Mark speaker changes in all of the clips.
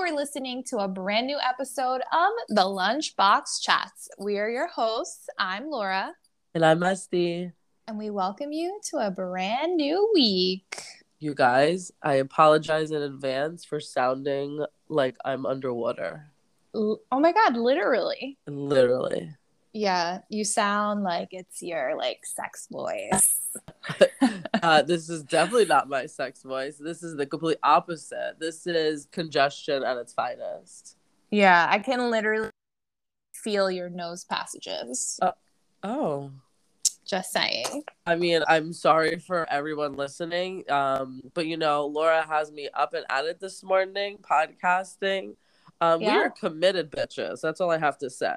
Speaker 1: are listening to a brand new episode of the Lunchbox Chats. We are your hosts. I'm Laura,
Speaker 2: And I'm Esty.
Speaker 1: and we welcome you to a brand new week.
Speaker 2: You guys, I apologize in advance for sounding like I'm underwater.
Speaker 1: L- oh my God, literally.
Speaker 2: Literally.
Speaker 1: Yeah, you sound like it's your like sex voice.
Speaker 2: Uh, this is definitely not my sex voice. This is the complete opposite. This is congestion at its finest.
Speaker 1: Yeah, I can literally feel your nose passages.
Speaker 2: Oh.
Speaker 1: Just saying.
Speaker 2: I mean, I'm sorry for everyone listening. Um, but you know, Laura has me up and at it this morning, podcasting. Um,
Speaker 1: Yeah.
Speaker 2: We are committed bitches. That's all I have to say.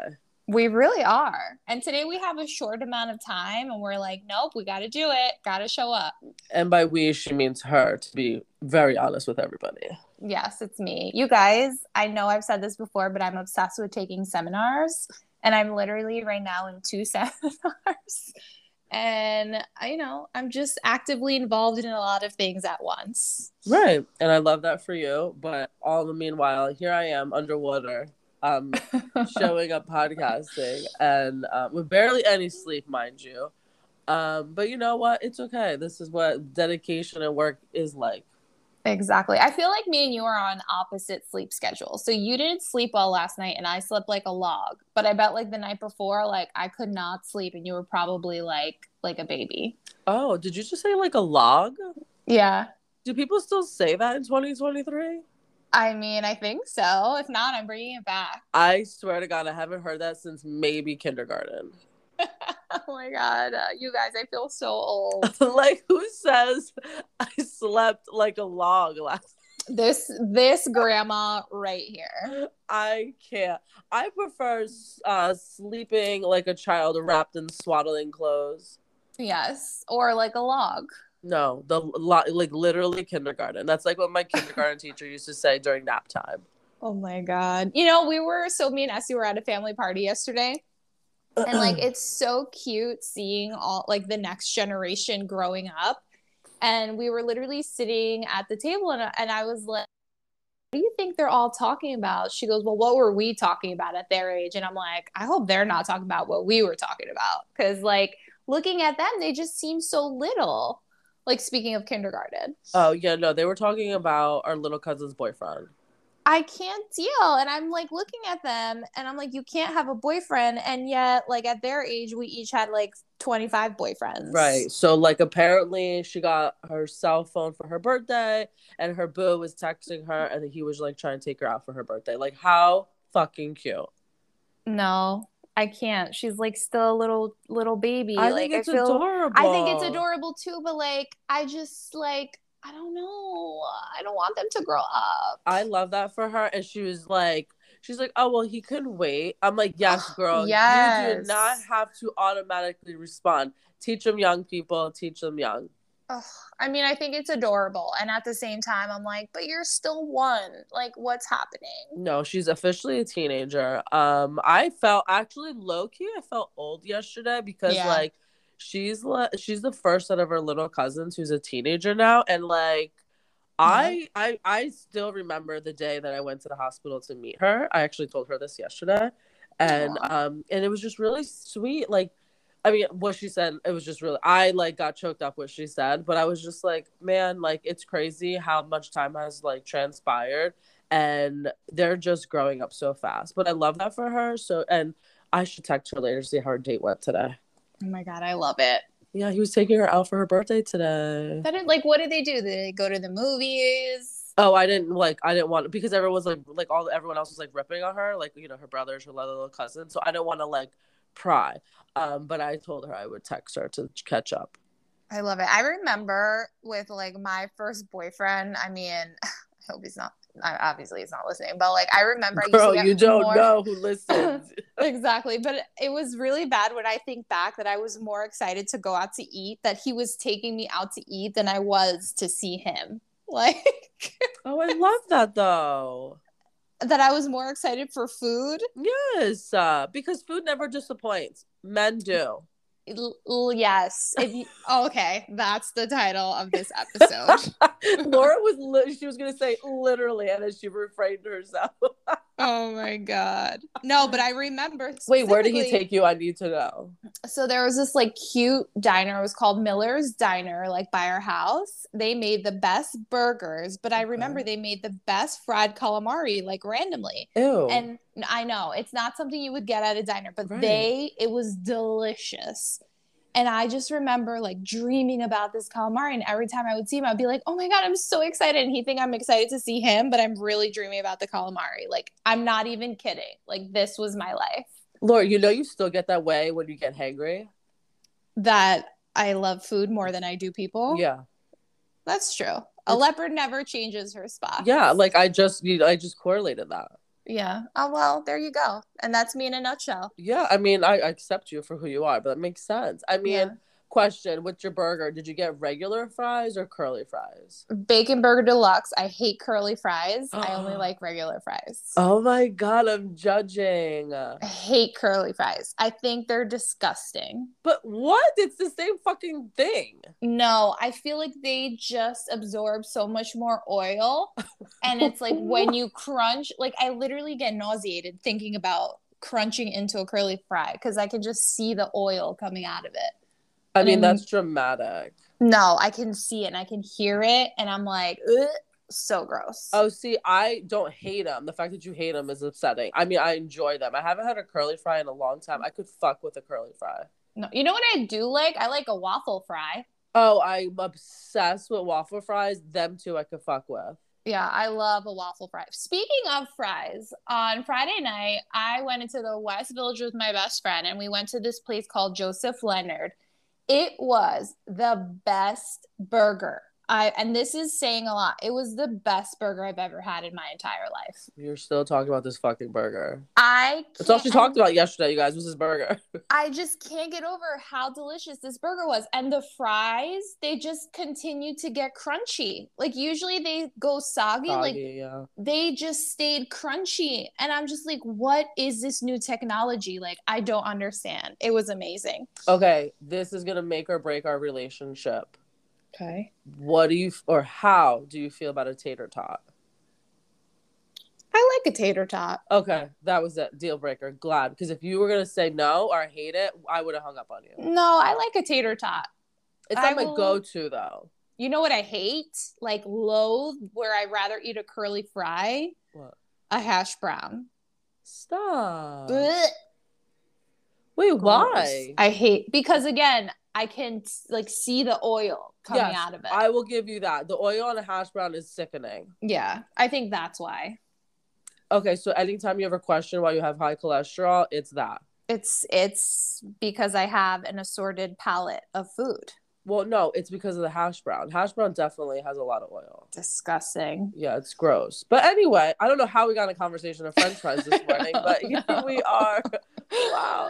Speaker 1: We really are. And today we have a short amount of time, and we're like, nope, we got to do it. Got to show up.
Speaker 2: And by we, she means her, to be very honest with everybody.
Speaker 1: Yes, it's me. You guys, I know I've said this before, but I'm obsessed with taking seminars. And I'm literally right now in two seminars. And, I- you know, I'm just actively involved in a lot of things at once.
Speaker 2: Right. And I love that for you. But all the meanwhile, here I am underwater, um, showing up podcasting and um, with barely any sleep, mind you. Um, but you know what? It's okay. This is what dedication and work is like.
Speaker 1: Exactly. I feel like me and you are on opposite sleep schedules. So you didn't sleep well last night and I slept like a log. But I bet like the night before like I could not sleep and you were probably like like a baby.
Speaker 2: Oh, did you just say like a log?
Speaker 1: Yeah.
Speaker 2: Do people still say that in 2023?
Speaker 1: I mean, I think so. If not, I'm bringing it back.
Speaker 2: I swear to God, I haven't heard that since maybe kindergarten.
Speaker 1: Oh my god, uh, you guys, I feel so old.
Speaker 2: like, who says I slept like a log last
Speaker 1: this this grandma right here.
Speaker 2: I can't. I prefer uh, sleeping like a child wrapped in swaddling clothes.
Speaker 1: Yes, or like a log.
Speaker 2: No, the lo- like literally kindergarten. That's like what my kindergarten teacher used to say during nap time.
Speaker 1: Oh my god. You know, we were so me and Essie were at a family party yesterday. and like it's so cute seeing all like the next generation growing up and we were literally sitting at the table and, and i was like what do you think they're all talking about she goes well what were we talking about at their age and i'm like i hope they're not talking about what we were talking about because like looking at them they just seem so little like speaking of kindergarten
Speaker 2: oh yeah, no, they were talking about our little cousin's boyfriend.
Speaker 1: I can't deal. And I'm like looking at them and I'm like, you can't have a boyfriend. And yet, like at their age, we each had like 25 boyfriends.
Speaker 2: Right. So like apparently she got her cell phone for her birthday, and her boo was texting her, and he was like trying to take her out for her birthday. Like how fucking cute.
Speaker 1: No, I can't. She's like still a little, little baby.
Speaker 2: I
Speaker 1: like,
Speaker 2: think it's
Speaker 1: I feel,
Speaker 2: adorable.
Speaker 1: I think it's adorable too. But like, I just like, I don't know. I don't want them to grow up.
Speaker 2: I love that for her. And she was like, she's like, oh well, he couldn't wait. I'm like, yes, girl, you do
Speaker 1: Yes.
Speaker 2: not have to automatically respond. Teach them young people. Teach them young.
Speaker 1: Ugh, I mean, I think it's adorable. And at the same time, I'm like, but you're still one. Like, what's happening?
Speaker 2: No, she's officially a teenager. Um, I felt actually low key. I felt old yesterday because
Speaker 1: Yeah.
Speaker 2: like she's le- she's the first out of her little cousins who's a teenager now, and like. I, I I still remember the day that I went to the hospital to meet her. I actually told her this yesterday, and
Speaker 1: Aw.
Speaker 2: um and it was just really sweet. Like, I mean, what she said it was just really. I like got choked up what she said, but I was just like, man, like it's crazy how much time has like transpired and they're just growing up so fast. But I love that for her. So, and I should text her later to see how her date went today.
Speaker 1: Oh my God, I love it.
Speaker 2: Yeah, he was taking her out for her birthday today.
Speaker 1: That is, like, what did they do? Did they go to the movies?
Speaker 2: Oh, I didn't like. I didn't want because everyone was like, like all everyone else was like ripping on her, like you know her brothers, her little cousin. So I don't want to like pry. Um, but I told her I would text her to catch up.
Speaker 1: I love it. I remember with like my first boyfriend. I mean, I hope he's not. I- Obviously, he's not listening. But like, I remember. I used to
Speaker 2: Girl,
Speaker 1: get
Speaker 2: you don't
Speaker 1: more-
Speaker 2: know who listens.
Speaker 1: exactly. But it was really bad when I think back that I was more excited to go out to eat that he was taking me out to eat than I was to see him. Like
Speaker 2: oh, I love that though.
Speaker 1: that, I was more excited for food.
Speaker 2: Yes, uh, because food never disappoints. Men do.
Speaker 1: L- l- yes. If you- okay, that's the title of this episode.
Speaker 2: Laura was li- she was gonna say literally, and then she refrained herself.
Speaker 1: oh my god. No, but I remember.
Speaker 2: Wait, where did he
Speaker 1: specifically-
Speaker 2: take you? I need to know.
Speaker 1: So there was this like cute diner. It was called Miller's Diner, like by our house. They made the best burgers, but I
Speaker 2: Okay.
Speaker 1: remember they made the best fried calamari, like randomly.
Speaker 2: Ew.
Speaker 1: And I know it's not something you would get at a diner, but
Speaker 2: Oh. Right.
Speaker 1: they it was delicious. And I just remember like dreaming about this calamari, and every time I would see him, I'd be like, "Oh my god, I'm so excited!" And he think I'm excited to see him, but I'm really dreaming about the calamari. Like I'm not even kidding. Like this was my life
Speaker 2: Laura, you know you still get that way when you get hangry.
Speaker 1: that I love food more than I do people.
Speaker 2: Yeah,
Speaker 1: that's true. A leopard never changes her spot.
Speaker 2: yeah. Like I just, you I just correlated that.
Speaker 1: yeah. Oh well, there you go. And that's me in a nutshell.
Speaker 2: Yeah, I mean, I, I accept you for who you are, but that makes sense. I mean,
Speaker 1: Yeah.
Speaker 2: question: With your burger, did you get regular fries or curly fries?
Speaker 1: Bacon burger deluxe. I hate curly fries. I only like regular fries.
Speaker 2: Oh my god, I'm judging.
Speaker 1: I hate curly fries. I think they're disgusting.
Speaker 2: But what? It's the same fucking thing.
Speaker 1: No, I feel like they just absorb so much more oil. And it's like when you crunch, like I literally get nauseated thinking about crunching into a curly fry because I can just see the oil coming out of it.
Speaker 2: I mean,
Speaker 1: Mm.
Speaker 2: that's dramatic.
Speaker 1: No, I can see it and I can hear it. And I'm like, Ugh, so gross.
Speaker 2: Oh, see, I don't hate them. The fact that you hate them is upsetting. I mean, I enjoy them. I haven't had a curly fry in a long time. I could fuck with a curly fry.
Speaker 1: No, you know what I do like? I like a waffle fry.
Speaker 2: Oh, I'm obsessed with waffle fries. Them two, I could fuck with.
Speaker 1: Yeah, I love a waffle fry. Speaking of fries, on Friday night, I went into the West Village with my best friend and we went to this place called Joseph Leonard. It was the best burger. I and this is saying a lot. It was the best burger I've ever had in my entire life.
Speaker 2: You're still talking about this fucking burger.
Speaker 1: I
Speaker 2: That's all she
Speaker 1: can't-
Speaker 2: talked about yesterday, you guys. Was this burger?
Speaker 1: I just can't get over how delicious this burger was. And the fries, they just continue to get crunchy. Like usually they go soggy. like
Speaker 2: Soggy, yeah.
Speaker 1: they just stayed crunchy. And I'm just like, what is this new technology? Like, I don't understand. It was amazing.
Speaker 2: Okay, this is gonna make or break our relationship.
Speaker 1: Okay.
Speaker 2: What do you or how do you feel about a tater tot?
Speaker 1: I like a tater tot.
Speaker 2: Okay, that was a deal breaker. Glad because if you were gonna say no or hate it, I would have hung up on you.
Speaker 1: No, I like a tater tot.
Speaker 2: It's
Speaker 1: I
Speaker 2: not my
Speaker 1: will-
Speaker 2: go-to though.
Speaker 1: You know what I hate? Like, loathe, where I'd rather eat a curly fry,
Speaker 2: What?
Speaker 1: a hash brown.
Speaker 2: Stop.
Speaker 1: Blech.
Speaker 2: Wait,
Speaker 1: Gross.
Speaker 2: Uh, why?
Speaker 1: I hate because again, I can like see the oil coming
Speaker 2: Yes,
Speaker 1: out of it.
Speaker 2: I will give you that. The oil on a hash brown is sickening.
Speaker 1: yeah, I think that's why.
Speaker 2: Okay, so anytime you have a question why you have high cholesterol, it's that.
Speaker 1: It's it's because I have an assorted palette of food.
Speaker 2: Well, no, it's because of the hash brown. Hash brown definitely has a lot of oil.
Speaker 1: Disgusting.
Speaker 2: Yeah, it's gross. But anyway, I don't know how we got in a conversation of French fries this morning, but here we are. Wow.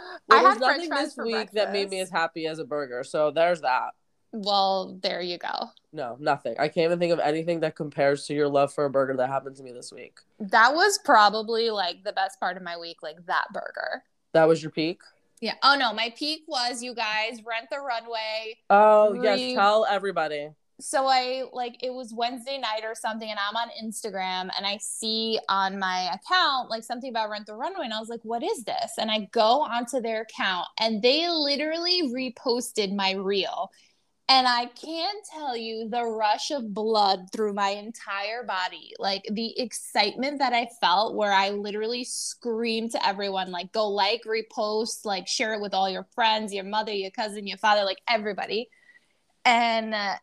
Speaker 1: I had
Speaker 2: Well, there's
Speaker 1: French
Speaker 2: nothing
Speaker 1: fries
Speaker 2: this
Speaker 1: for
Speaker 2: week
Speaker 1: breakfast.
Speaker 2: that made me as happy as a burger. So there's that.
Speaker 1: well, there you go.
Speaker 2: No, nothing. I can't even think of anything that compares to your love for a burger that happened to me this week.
Speaker 1: That was probably like the best part of my week, like that burger.
Speaker 2: That was your peak.
Speaker 1: Yeah. Oh no, my peak was you guys rent the runway.
Speaker 2: Oh
Speaker 1: Re-
Speaker 2: yes, tell everybody.
Speaker 1: so I like it was Wednesday night or something, and I'm on Instagram and I see on my account like something about Rent the Runway, and I was like, "What is this?" And I go onto their account, and they literally reposted my reel, and I can tell you the rush of blood through my entire body, like the excitement that I felt, where I literally screamed to everyone, like, "Go like, repost, like, share it with all your friends, your mother, your cousin, your father, like everybody," and. Uh,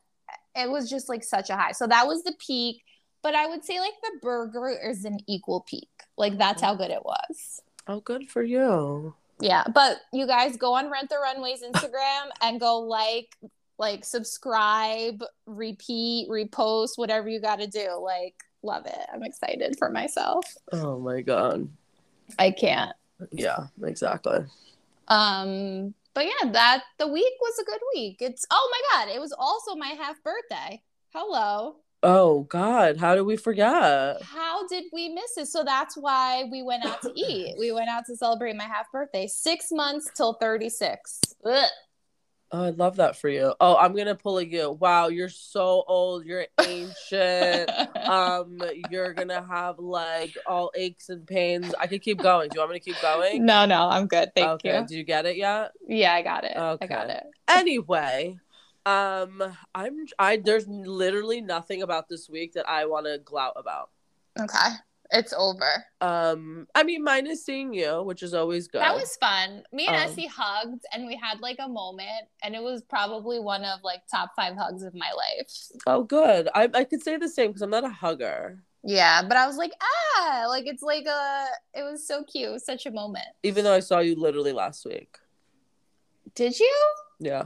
Speaker 1: it was just like such a high. So that was the peak, but I would say like the burger is an equal peak. Like that's how good it was.
Speaker 2: Oh, good for you.
Speaker 1: Yeah, but you guys go on Rent the Runway's Instagram and go like like subscribe, repeat, repost, whatever you got to do. Like love it. I'm excited for myself.
Speaker 2: Oh my god.
Speaker 1: I can't.
Speaker 2: Yeah, exactly.
Speaker 1: Um but yeah, that the week was a good week. It's oh my god, it was also my half birthday. Hello.
Speaker 2: Oh god, how did we forget?
Speaker 1: How did we miss it? So that's why we went out to eat. We went out to celebrate my half birthday. Six months till 36. Ugh.
Speaker 2: Oh, I love that for you. Oh, I'm gonna pull a you. Wow, you're so old. You're ancient. um, you're gonna have like all aches and pains. I could keep going. Do you want me to keep going?
Speaker 1: No, no, I'm good. Thank
Speaker 2: okay.
Speaker 1: you.
Speaker 2: Do you get it yet?
Speaker 1: Yeah, I got it. I
Speaker 2: Okay.
Speaker 1: got it.
Speaker 2: Anyway, um, I'm I. There's literally nothing about this week that I want to glout about.
Speaker 1: Okay. It's over.
Speaker 2: Um, I mean, minus seeing you, which is always good.
Speaker 1: That was fun. Me and
Speaker 2: Um,
Speaker 1: Essie hugged and we had like a moment and it was probably one of like top five hugs of my life.
Speaker 2: oh, good. I I could say the same because I'm not a hugger.
Speaker 1: Yeah, but I was like, ah, like it's like a it was so cute. It was such a moment.
Speaker 2: Even though I saw you literally last week.
Speaker 1: Did you?
Speaker 2: Yeah.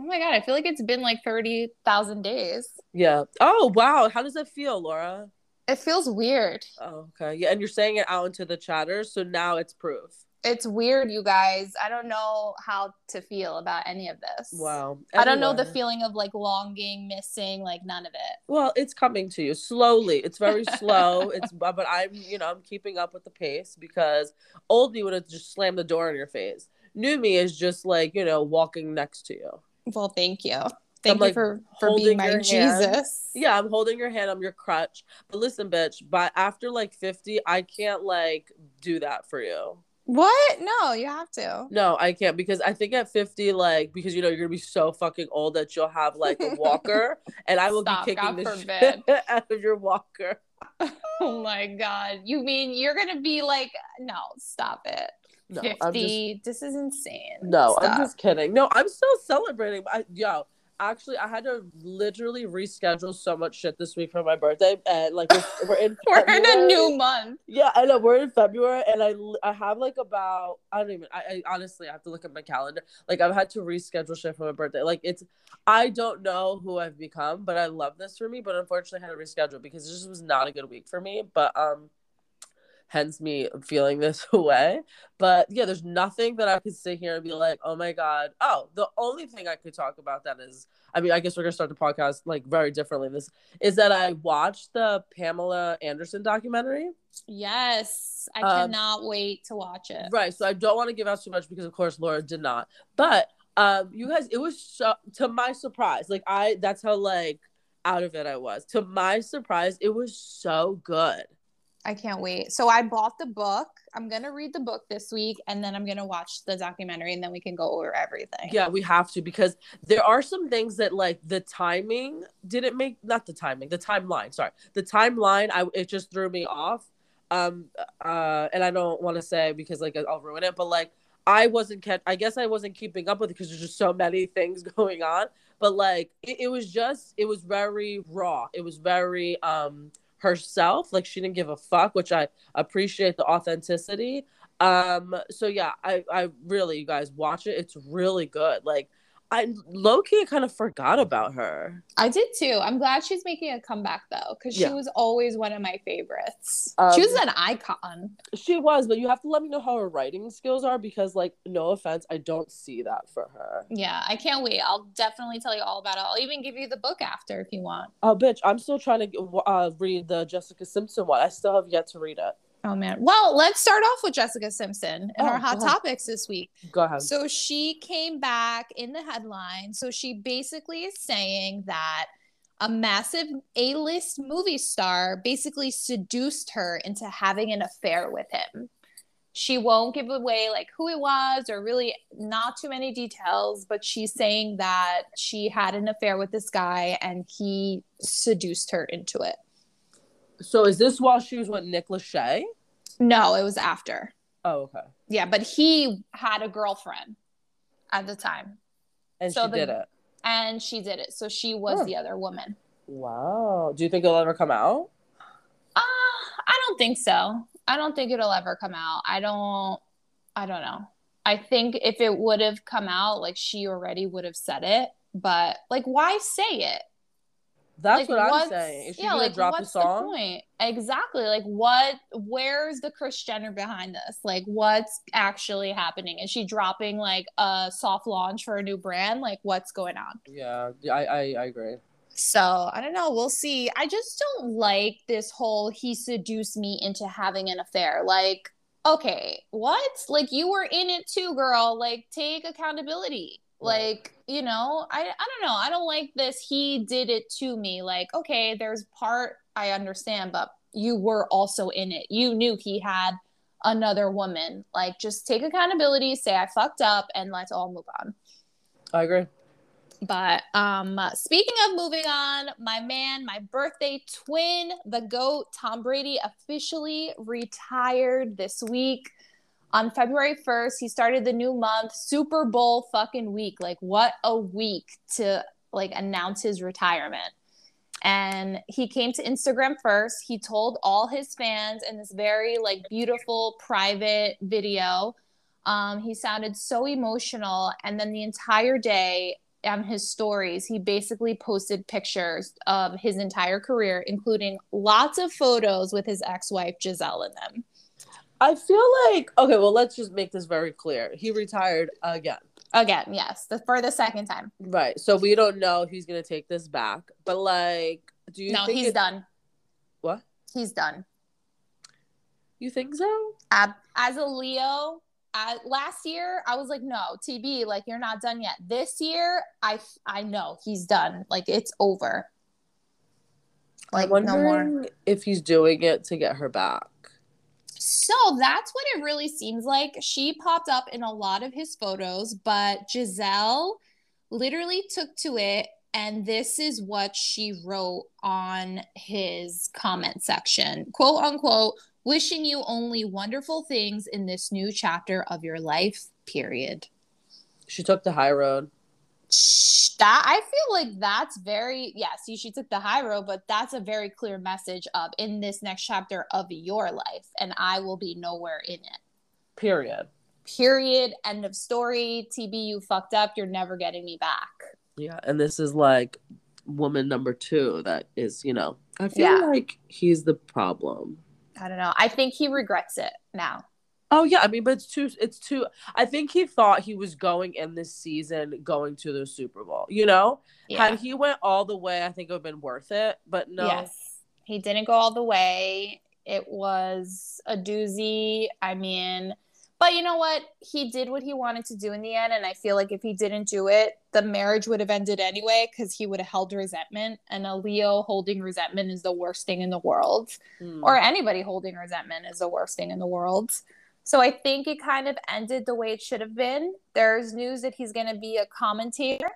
Speaker 1: Oh my god, I feel like it's been like thirty thousand days.
Speaker 2: Yeah. Oh wow. How does that feel, Laura?
Speaker 1: It feels weird.
Speaker 2: Oh, okay. Yeah, and you're saying it out into the chatter, so now it's proof.
Speaker 1: It's weird, you guys. I don't know how to feel about any of this.
Speaker 2: Wow.
Speaker 1: I don't know the
Speaker 2: Everyone.
Speaker 1: feeling of like longing, missing, like none of it.
Speaker 2: Well, it's coming to you slowly. It's very slow. It's but but I'm you know I'm keeping up with the pace because old me would have just slammed the door in your face. New me is just like you know walking next to you.
Speaker 1: Well, thank you. Thank you
Speaker 2: like,
Speaker 1: for, for
Speaker 2: holding
Speaker 1: being my
Speaker 2: your hand.
Speaker 1: Jesus.
Speaker 2: Yeah, I'm holding your hand. I'm your crutch. But listen, bitch. But after like 50, I can't like do that for you.
Speaker 1: What? No, you have to.
Speaker 2: No, I can't because I think at 50, like, because you know, you're gonna be so fucking old that you'll have like a walker, and I will
Speaker 1: Stop,
Speaker 2: be kicking
Speaker 1: God
Speaker 2: the
Speaker 1: forbid.
Speaker 2: shit out of your walker.
Speaker 1: Oh my God. You mean you're going to be like, no, stop it.
Speaker 2: No, I'm just,
Speaker 1: 50. this is insane.
Speaker 2: no, I'm
Speaker 1: Stop.
Speaker 2: just kidding. No, I'm still celebrating. I, yo, actually, I had to literally reschedule so much shit this week for my birthday, and like, we're, we're in
Speaker 1: We're in a
Speaker 2: February.
Speaker 1: new month.
Speaker 2: Yeah, I know we're in February, and I l- I have like about I don't even I, I honestly I have to look at my calendar. Like I've had to reschedule shit for my birthday. Like it's I don't know who I've become, but I love this for me. But unfortunately, I had to reschedule because this was not a good week for me. But um, hence me feeling this way. But yeah, there's nothing that I could sit here and be like, oh my god. Oh, the only thing I could talk about that is I mean I guess we're gonna start the podcast like very differently. This is that I watched the Pamela Anderson documentary.
Speaker 1: Yes. I
Speaker 2: Um,
Speaker 1: cannot wait to watch it.
Speaker 2: Right. So I don't want to give out too much because, of course, Laura did not. But um, you guys, it was so, to my surprise. Like I, that's how like out of it I was. To my surprise, it was so good.
Speaker 1: I can't wait. So I bought the book. I'm going to read the book this week and then I'm going to watch the documentary and then we can go over everything.
Speaker 2: Yeah, we have to because there are some things that like the timing didn't make not the timing, the timeline, sorry. The timeline I it just threw me off. Um uh and I don't want to say because like I'll ruin it, but like I wasn't kept I guess I wasn't keeping up with it because there's just so many things going on, but like it, it was just it was very raw. It was very um herself, like she didn't give a fuck, which I appreciate the authenticity um so yeah i i really you guys watch it it's really good like i low-key kind of forgot about her
Speaker 1: I did too. I'm glad she's making a comeback though, because
Speaker 2: Yeah.
Speaker 1: she was always one of my favorites.
Speaker 2: Um,
Speaker 1: she was an icon.
Speaker 2: she was but you have to let me know how her writing skills are because like no offense i don't see that for her
Speaker 1: Yeah, I can't wait. I'll definitely tell you all about it. I'll even give you the book after if you want.
Speaker 2: oh bitch i'm still trying to uh, read the jessica simpson one i still have yet to read it
Speaker 1: Oh man. Well, let's start off with Jessica Simpson and
Speaker 2: Oh,
Speaker 1: our hot
Speaker 2: God.
Speaker 1: topics this week.
Speaker 2: go ahead
Speaker 1: So she came back in the headline. So she basically is saying that a massive A list movie star basically seduced her into having an affair with him. She won't give away like who it was or really not too many details, but she's saying that she had an affair with this guy and he seduced her into it.
Speaker 2: so is this while she was with nick lachey
Speaker 1: No, it was after.
Speaker 2: oh okay
Speaker 1: Yeah, but he had a girlfriend at the time.
Speaker 2: and
Speaker 1: So
Speaker 2: she
Speaker 1: the-
Speaker 2: did it
Speaker 1: and she did it. So she was
Speaker 2: Huh.
Speaker 1: the other woman.
Speaker 2: wow do you think it'll ever come out
Speaker 1: Uh, I don't think so. I don't think it'll ever come out. I don't. I don't know. I think if it would have come out, like she already would have said it. But like, why say it? like,
Speaker 2: that's what i'm
Speaker 1: what's-
Speaker 2: saying is she gonna drop the
Speaker 1: what's
Speaker 2: song
Speaker 1: point? Exactly. Like, what? Where's the Chris Jenner behind this? Like, what's actually happening? Is she dropping like a soft launch for a new brand? Like, what's going on?
Speaker 2: yeah I, I i agree
Speaker 1: So I don't know. We'll see. I just don't like this whole he seduced me into having an affair. Like, okay, what? Like, you were in it too, girl. Like, take accountability. like you know i i don't know i don't like this he did it to me like okay there's part i understand but you were also in it you knew he had another woman like just take accountability say i fucked up and let's all move on
Speaker 2: I agree.
Speaker 1: but um speaking of moving on my man my birthday twin the goat tom brady officially retired this week on February 1st, he started the new month, Super Bowl fucking week. Like, what a week to like announce his retirement. And he came to Instagram first. He told all his fans in this very like beautiful private video. Um, he sounded so emotional. And then the entire day on um, his stories, he basically posted pictures of his entire career, including lots of photos with his ex wife, Giselle, in them.
Speaker 2: I feel like okay. Well, let's just make this very clear. He retired again,
Speaker 1: Again, yes, the, for the second time.
Speaker 2: right? So we don't know if he's gonna take this back. But like, do you
Speaker 1: no,
Speaker 2: think
Speaker 1: he's
Speaker 2: it-
Speaker 1: done.
Speaker 2: What?
Speaker 1: He's done.
Speaker 2: You think so?
Speaker 1: Ab- as a Leo, I, last year I was like, no, TB, like you're not done yet. This year, I I know he's done. Like it's over. Like
Speaker 2: I'm
Speaker 1: no more.
Speaker 2: wondering if he's doing it to get her back.
Speaker 1: So that's what it really seems like. She popped up in a lot of his photos, but Giselle literally took to it. And this is what she wrote on his comment section quote unquote, wishing you only wonderful things in this new chapter of your life, period.
Speaker 2: She took the high road.
Speaker 1: Sh- That I feel like that's very yes. You she took the high road, but that's a very clear message of in this next chapter of your life, and I will be nowhere in it.
Speaker 2: Period.
Speaker 1: period end of story tb you fucked up you're never getting me back
Speaker 2: Yeah, and this is like woman number two that is, you know. I feel
Speaker 1: Yeah.
Speaker 2: like he's the problem.
Speaker 1: i don't know i think he regrets it now
Speaker 2: Oh yeah, I mean, but it's too. It's too. I think he thought he was going in this season, going to the Super Bowl. You know, had he went all the way, I think it would have been worth it. But no,
Speaker 1: yes he didn't go all the way it was a doozy i mean but you know what he did what he wanted to do in the end and i feel like if he didn't do it the marriage would have ended anyway because he would have held resentment and a leo holding resentment is the worst thing in the world
Speaker 2: Mm.
Speaker 1: or anybody holding resentment is the worst thing in the world. So I think it kind of ended the way it should have been. There's news that he's going to be a commentator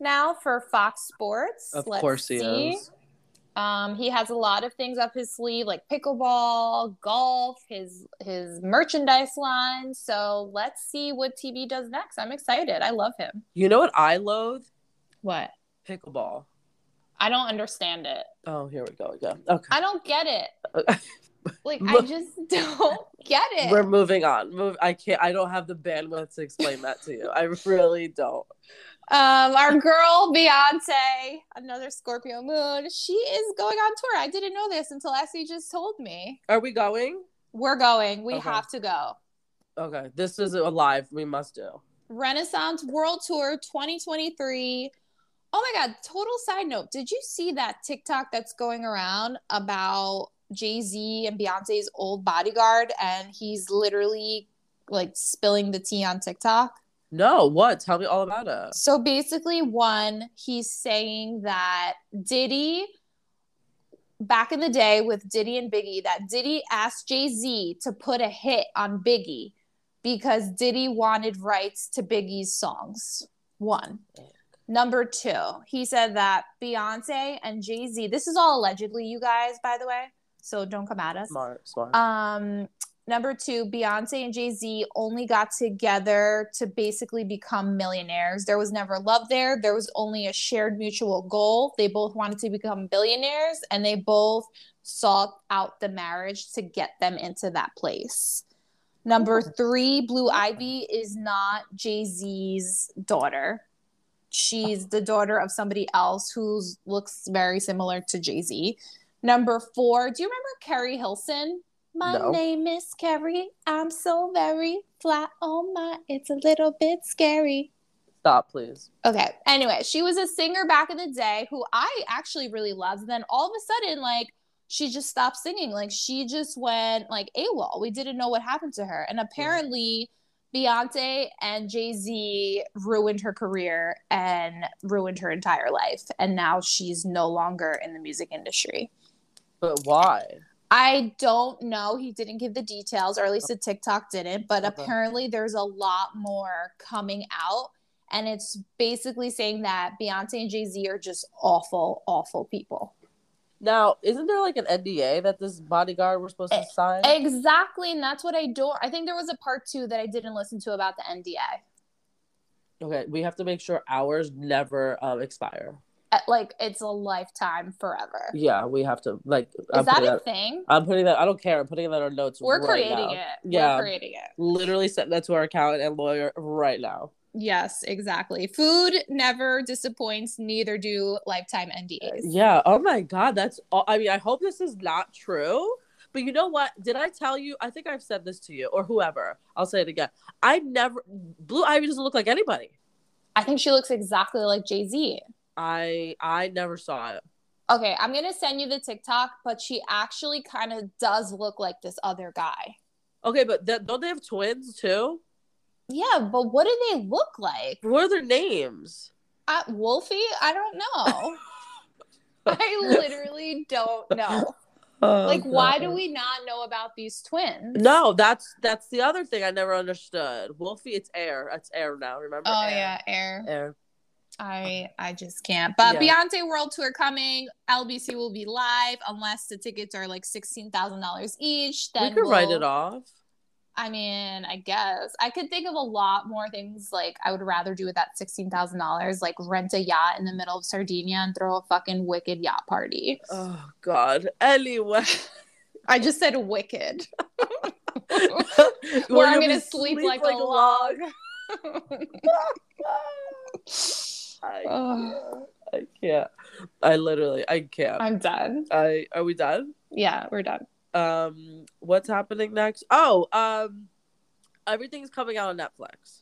Speaker 1: now for Fox Sports.
Speaker 2: of
Speaker 1: Let's
Speaker 2: course he
Speaker 1: see.
Speaker 2: is.
Speaker 1: Um, he has a lot of things up his sleeve, like pickleball, golf, his his merchandise line. So let's see what TV does next. I'm excited. I love him.
Speaker 2: You know what I loathe?
Speaker 1: What?
Speaker 2: Pickleball.
Speaker 1: I don't understand it.
Speaker 2: Oh, here we go again. Okay,
Speaker 1: I don't get it. Like I
Speaker 2: Look-
Speaker 1: just don't get it.
Speaker 2: we're moving on. Move. I can't. I don't have the bandwidth to explain that to you. I really don't.
Speaker 1: Um, our girl Beyonce, another Scorpio moon. She is going on tour. I didn't know this until Essie just told me.
Speaker 2: Are we going?
Speaker 1: We're going. We
Speaker 2: Okay.
Speaker 1: have to go.
Speaker 2: Okay, this is a live. We must do.
Speaker 1: Renaissance World Tour 2023. Oh my God! Total side note. Did you see that TikTok that's going around about Jay Z and Beyonce's old bodyguard, and he's literally like spilling the tea on TikTok?
Speaker 2: No, what? Tell me all about it.
Speaker 1: So basically, one, he's saying that Diddy, back in the day with Diddy and Biggie, that Diddy asked Jay Z to put a hit on Biggie because Diddy wanted rights to Biggie's songs. One. Number two, he said that Beyonce and Jay Z, this is all allegedly, you guys, by the way, so don't come at us.
Speaker 2: Smart, smart.
Speaker 1: Um, number two, Beyonce and Jay Z only got together to basically become millionaires. There was never love there. There was only a shared mutual goal. They both wanted to become billionaires, and they both sought out the marriage to get them into that place. Number three, Blue Ivy is not Jay Z's daughter. She's the daughter of somebody else who looks very similar to Jay Z. Number four, do you remember Carrie Hilson? My
Speaker 2: No.
Speaker 1: name is Carrie. I'm so very fly. Oh my, it's a little bit scary.
Speaker 2: Stop, please.
Speaker 1: Okay. Anyway, she was a singer back in the day who I actually really loved. And then all of a sudden, like, she just stopped singing. Like, she just went like AWOL. We didn't know what happened to her. And apparently, Beyonce and Jay Z ruined her career and ruined her entire life. And now she's no longer in the music industry.
Speaker 2: But why?
Speaker 1: I don't know. He didn't give the details, or at least the TikTok didn't. But
Speaker 2: Okay.
Speaker 1: apparently, there's a lot more coming out. And it's basically saying that Beyonce and Jay Z are just awful, awful people.
Speaker 2: Now, isn't there like an NDA that this bodyguard we're supposed to sign?
Speaker 1: Exactly. And that's what I don't. I think there was a part two that I didn't listen to about the NDA.
Speaker 2: okay, we have to make sure ours never um, expire.
Speaker 1: Uh, Like, it's a lifetime forever.
Speaker 2: Yeah, we have to like.
Speaker 1: Is that
Speaker 2: putting
Speaker 1: a thing?
Speaker 2: I'm putting that. I don't care. I'm putting that on our notes.
Speaker 1: We're
Speaker 2: right
Speaker 1: creating
Speaker 2: now.
Speaker 1: it.
Speaker 2: Yeah.
Speaker 1: We're creating it.
Speaker 2: Literally send that to our accountant and lawyer right now.
Speaker 1: Yes, exactly. Food never disappoints, neither do lifetime NDAs.
Speaker 2: Yeah. Oh my God. That's all. I mean, I hope this is not true. But you know what? Did I tell you? I think I've said this to you or whoever. I'll say it again. I never. Blue Ivy doesn't look like anybody.
Speaker 1: I think she looks exactly like Jay Z.
Speaker 2: I I never saw it.
Speaker 1: Okay, I'm gonna send you the TikTok, but she actually kind of does look like this other guy.
Speaker 2: Okay, but th- don't they have twins too?
Speaker 1: Yeah, but what do they look like?
Speaker 2: What are their names?
Speaker 1: Uh, Wolfie? I don't know. I literally don't know. Like, why do we not know about these twins?
Speaker 2: Oh, No, that's that's the other thing I never understood. Wolfie, it's air. It's air now. Remember?
Speaker 1: Oh
Speaker 2: Air.
Speaker 1: yeah, air.
Speaker 2: Air.
Speaker 1: I I just can't. But
Speaker 2: Yeah.
Speaker 1: Beyonce World Tour coming. LBC will be live unless the tickets are like sixteen thousand dollars each. Then
Speaker 2: we could write
Speaker 1: we'll-
Speaker 2: it off.
Speaker 1: I mean, I guess I could think of a lot more things like I would rather do with that sixteen thousand dollars, like rent a yacht in the middle of Sardinia and throw a fucking wicked yacht party.
Speaker 2: Oh God. Anyway,
Speaker 1: I just said wicked.
Speaker 2: We're
Speaker 1: I'm gonna sleep like a log.
Speaker 2: I,
Speaker 1: Ugh,
Speaker 2: I can't. I literally. I can't.
Speaker 1: I'm done.
Speaker 2: I. Are we done?
Speaker 1: Yeah, we're done.
Speaker 2: um what's happening next oh um everything's coming out on netflix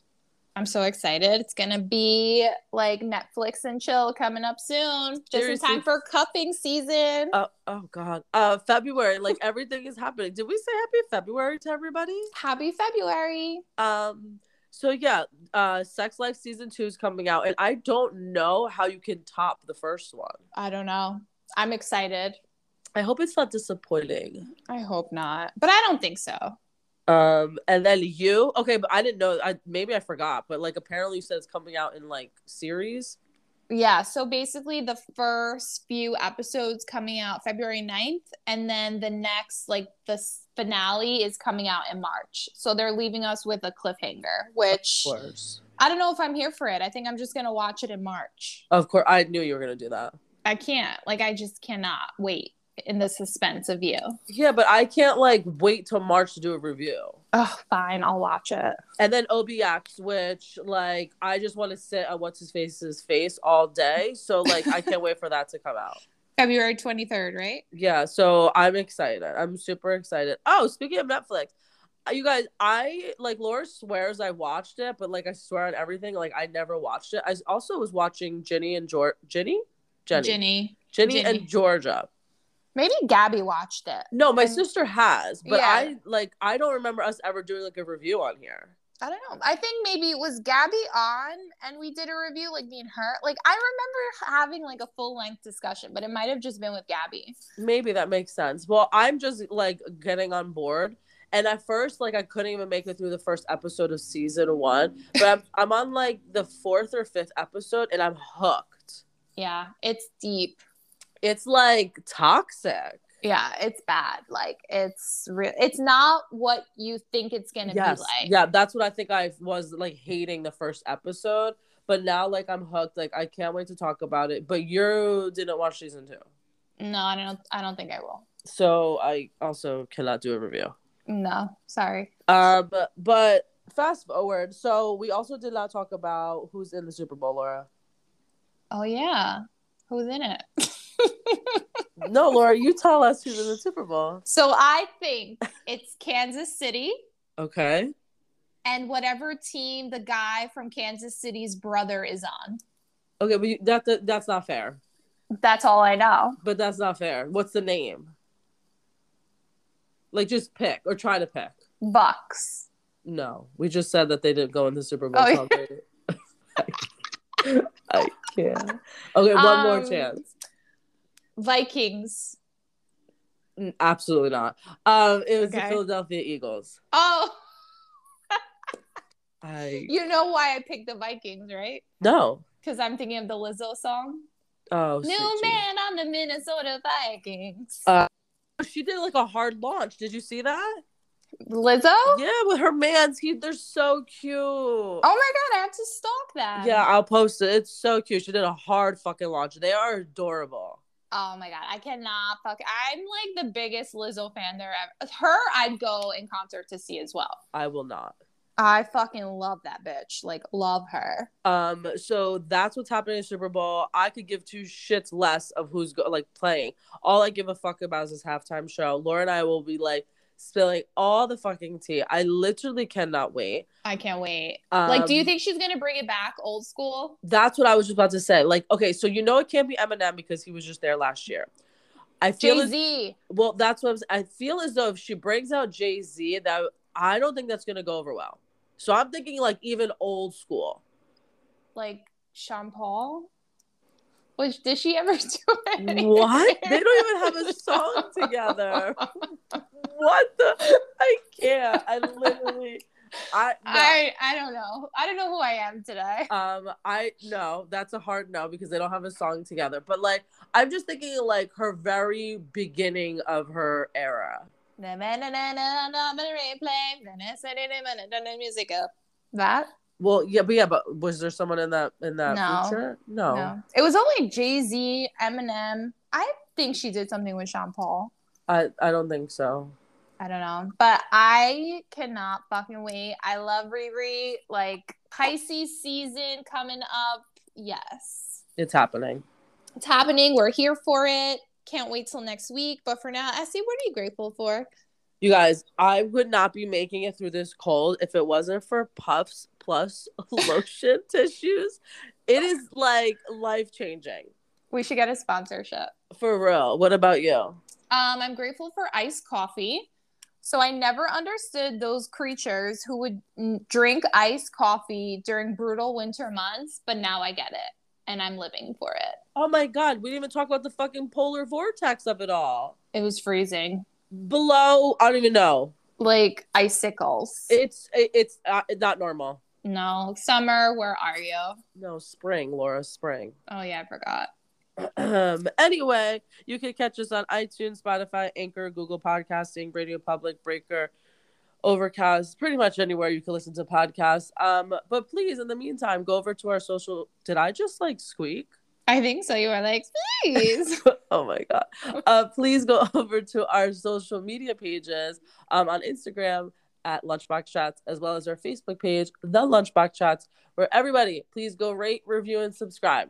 Speaker 1: I'm so excited. It's gonna be like Netflix and chill coming up soon, just
Speaker 2: Seriously.
Speaker 1: in time for cupping season.
Speaker 2: uh, oh god uh february like everything is happening did we say happy february to everybody
Speaker 1: Happy February!
Speaker 2: um so yeah uh sex life season two is coming out and i don't know how you can top the first one
Speaker 1: I don't know. I'm excited.
Speaker 2: i hope it's not disappointing
Speaker 1: I hope not, but I don't think so.
Speaker 2: um and then you okay but i didn't know i maybe i forgot but like apparently you said it's coming out in like series
Speaker 1: Yeah, so basically the first few episodes coming out February 9th and then the next like the s- finale is coming out in March. So they're leaving us with a cliffhanger, which
Speaker 2: of course
Speaker 1: I don't know if I'm here for it. I think I'm just going to watch it in March.
Speaker 2: of course i knew you were gonna do that
Speaker 1: I can't. Like I just cannot wait in the suspense of you.
Speaker 2: Yeah, but I can't like wait till March to do a review.
Speaker 1: Oh, fine, I'll watch it.
Speaker 2: And then OBX, which like I just want to sit on what's his face's face all day. So like I can't wait for that to come out.
Speaker 1: February 23rd, right?
Speaker 2: Yeah, so I'm excited. I'm super excited. Oh, speaking of Netflix, uh, you guys, I like Laura swears I watched it, but like I swear on everything, like I never watched it. I also was watching Ginny and George, Ginny, Jenny, Ginny,
Speaker 1: Ginny. Ginny.
Speaker 2: and Georgia.
Speaker 1: Maybe Gabby watched it.
Speaker 2: No, my
Speaker 1: And-
Speaker 2: sister has, but
Speaker 1: Yeah.
Speaker 2: I like I don't remember us ever doing like a review on here.
Speaker 1: I don't know. I think maybe it was Gabby on and we did a review, like me and her. Like I remember having like a full length discussion, but it might have just been with Gabby.
Speaker 2: Maybe that makes sense. Well, I'm just like getting on board. And at first, like I couldn't even make it through the first episode of season one. But I'm I'm on like the fourth or fifth episode and I'm hooked.
Speaker 1: Yeah, it's deep.
Speaker 2: It's like toxic.
Speaker 1: Yeah, it's bad. Like it's real. It's not what you think it's gonna
Speaker 2: Yes.
Speaker 1: be like.
Speaker 2: Yeah, that's what I think I was like hating the first episode. But now like I'm hooked. Like I can't wait to talk about it. But you didn't watch season two.
Speaker 1: No, I don't. I don't think I will.
Speaker 2: So I also cannot do a review.
Speaker 1: No, sorry.
Speaker 2: Um, but fast forward. So we also did not talk about who's in the Super Bowl, Laura.
Speaker 1: Oh yeah, who's in it?
Speaker 2: No, Laura, you tell us who's in the Super Bowl.
Speaker 1: So I think it's Kansas City
Speaker 2: Okay.
Speaker 1: and whatever team the guy from Kansas City's brother is on.
Speaker 2: Okay, but you, that, that that's not fair.
Speaker 1: That's all I know.
Speaker 2: But that's not fair. What's the name? Like, just pick or try to pick.
Speaker 1: Bucks.
Speaker 2: No, we just said that they didn't go in the Super Bowl. Oh, yeah. I can't. Okay, one um, more chance.
Speaker 1: Vikings.
Speaker 2: Absolutely not. Um, it was okay. the Philadelphia Eagles.
Speaker 1: Oh.
Speaker 2: I.
Speaker 1: You know why I picked the Vikings, right?
Speaker 2: No.
Speaker 1: Because I'm thinking of the Lizzo song.
Speaker 2: Oh.
Speaker 1: New man on the Minnesota Vikings.
Speaker 2: Uh, she did like a hard launch. Did you see that?
Speaker 1: Lizzo?
Speaker 2: Yeah, with her man's he they're so cute. Oh
Speaker 1: my god, I have to stalk that.
Speaker 2: Yeah, I'll post it. It's so cute. She did a hard fucking launch. They are adorable.
Speaker 1: Oh my god, I cannot fuck. I'm like the biggest Lizzo fan there ever. Her, I'd go in concert to see as well.
Speaker 2: I will not.
Speaker 1: I fucking love that bitch. Like love her.
Speaker 2: Um so that's what's happening in Super Bowl. I could give two shits less of who's go- like playing. All I give a fuck about is this halftime show. Laura and I will be like spilling all the fucking tea. I literally cannot wait.
Speaker 1: I can't wait. Um, like, do you think she's gonna bring it back old school?
Speaker 2: That's what I was just about to say. Like, okay, so you know it can't be Eminem because he was just there last year. I feel
Speaker 1: Jay Z.
Speaker 2: Well, that's what I'm, I feel as though if she brings out Jay Z, that I don't think that's gonna go over well. So I'm thinking like even old school,
Speaker 1: like Sean Paul. Which did she ever do? Anything?
Speaker 2: What? They don't even have a song together. what the? I can't. I literally. I, no.
Speaker 1: I I don't know. I don't know who I am today.
Speaker 2: Um, I no, that's a hard no because they don't have a song together. But like, I'm just thinking like her very beginning of her era.
Speaker 1: Music up. That
Speaker 2: well, yeah, but yeah, but was there someone in that in that no, feature? No. no.
Speaker 1: It was only Jay Z, Eminem. I think she did something with Sean Paul.
Speaker 2: I I don't think so.
Speaker 1: I don't know, but I cannot fucking wait. I love Riri. Like Pisces season coming up. Yes,
Speaker 2: it's happening.
Speaker 1: It's happening. We're here for it. Can't wait till next week. But for now, Essie, what are you grateful for?
Speaker 2: You guys, I would not be making it through this cold if it wasn't for Puffs Plus lotion tissues. It is like life changing.
Speaker 1: We should get a sponsorship.
Speaker 2: For real. What about you? Um,
Speaker 1: I'm grateful for iced coffee. So I never understood those creatures who would drink iced coffee during brutal winter months, but now I get it and I'm living for it.
Speaker 2: Oh my god, we didn't even talk about the fucking polar vortex of it all.
Speaker 1: It was freezing
Speaker 2: below i don't even know
Speaker 1: like icicles
Speaker 2: it's it's uh, not normal
Speaker 1: no summer where are you
Speaker 2: no spring laura spring
Speaker 1: oh yeah i forgot
Speaker 2: um anyway you can catch us on itunes spotify anchor google podcasting radio public breaker overcast pretty much anywhere you can listen to podcasts um but please in the meantime go over to our social did i just like squeak
Speaker 1: I think so. You are like, please.
Speaker 2: oh my god. Uh, please go over to our social media pages um, on Instagram at Lunchbox Chats, as well as our Facebook page, The Lunchbox Chats, where everybody, please go rate, review, and subscribe.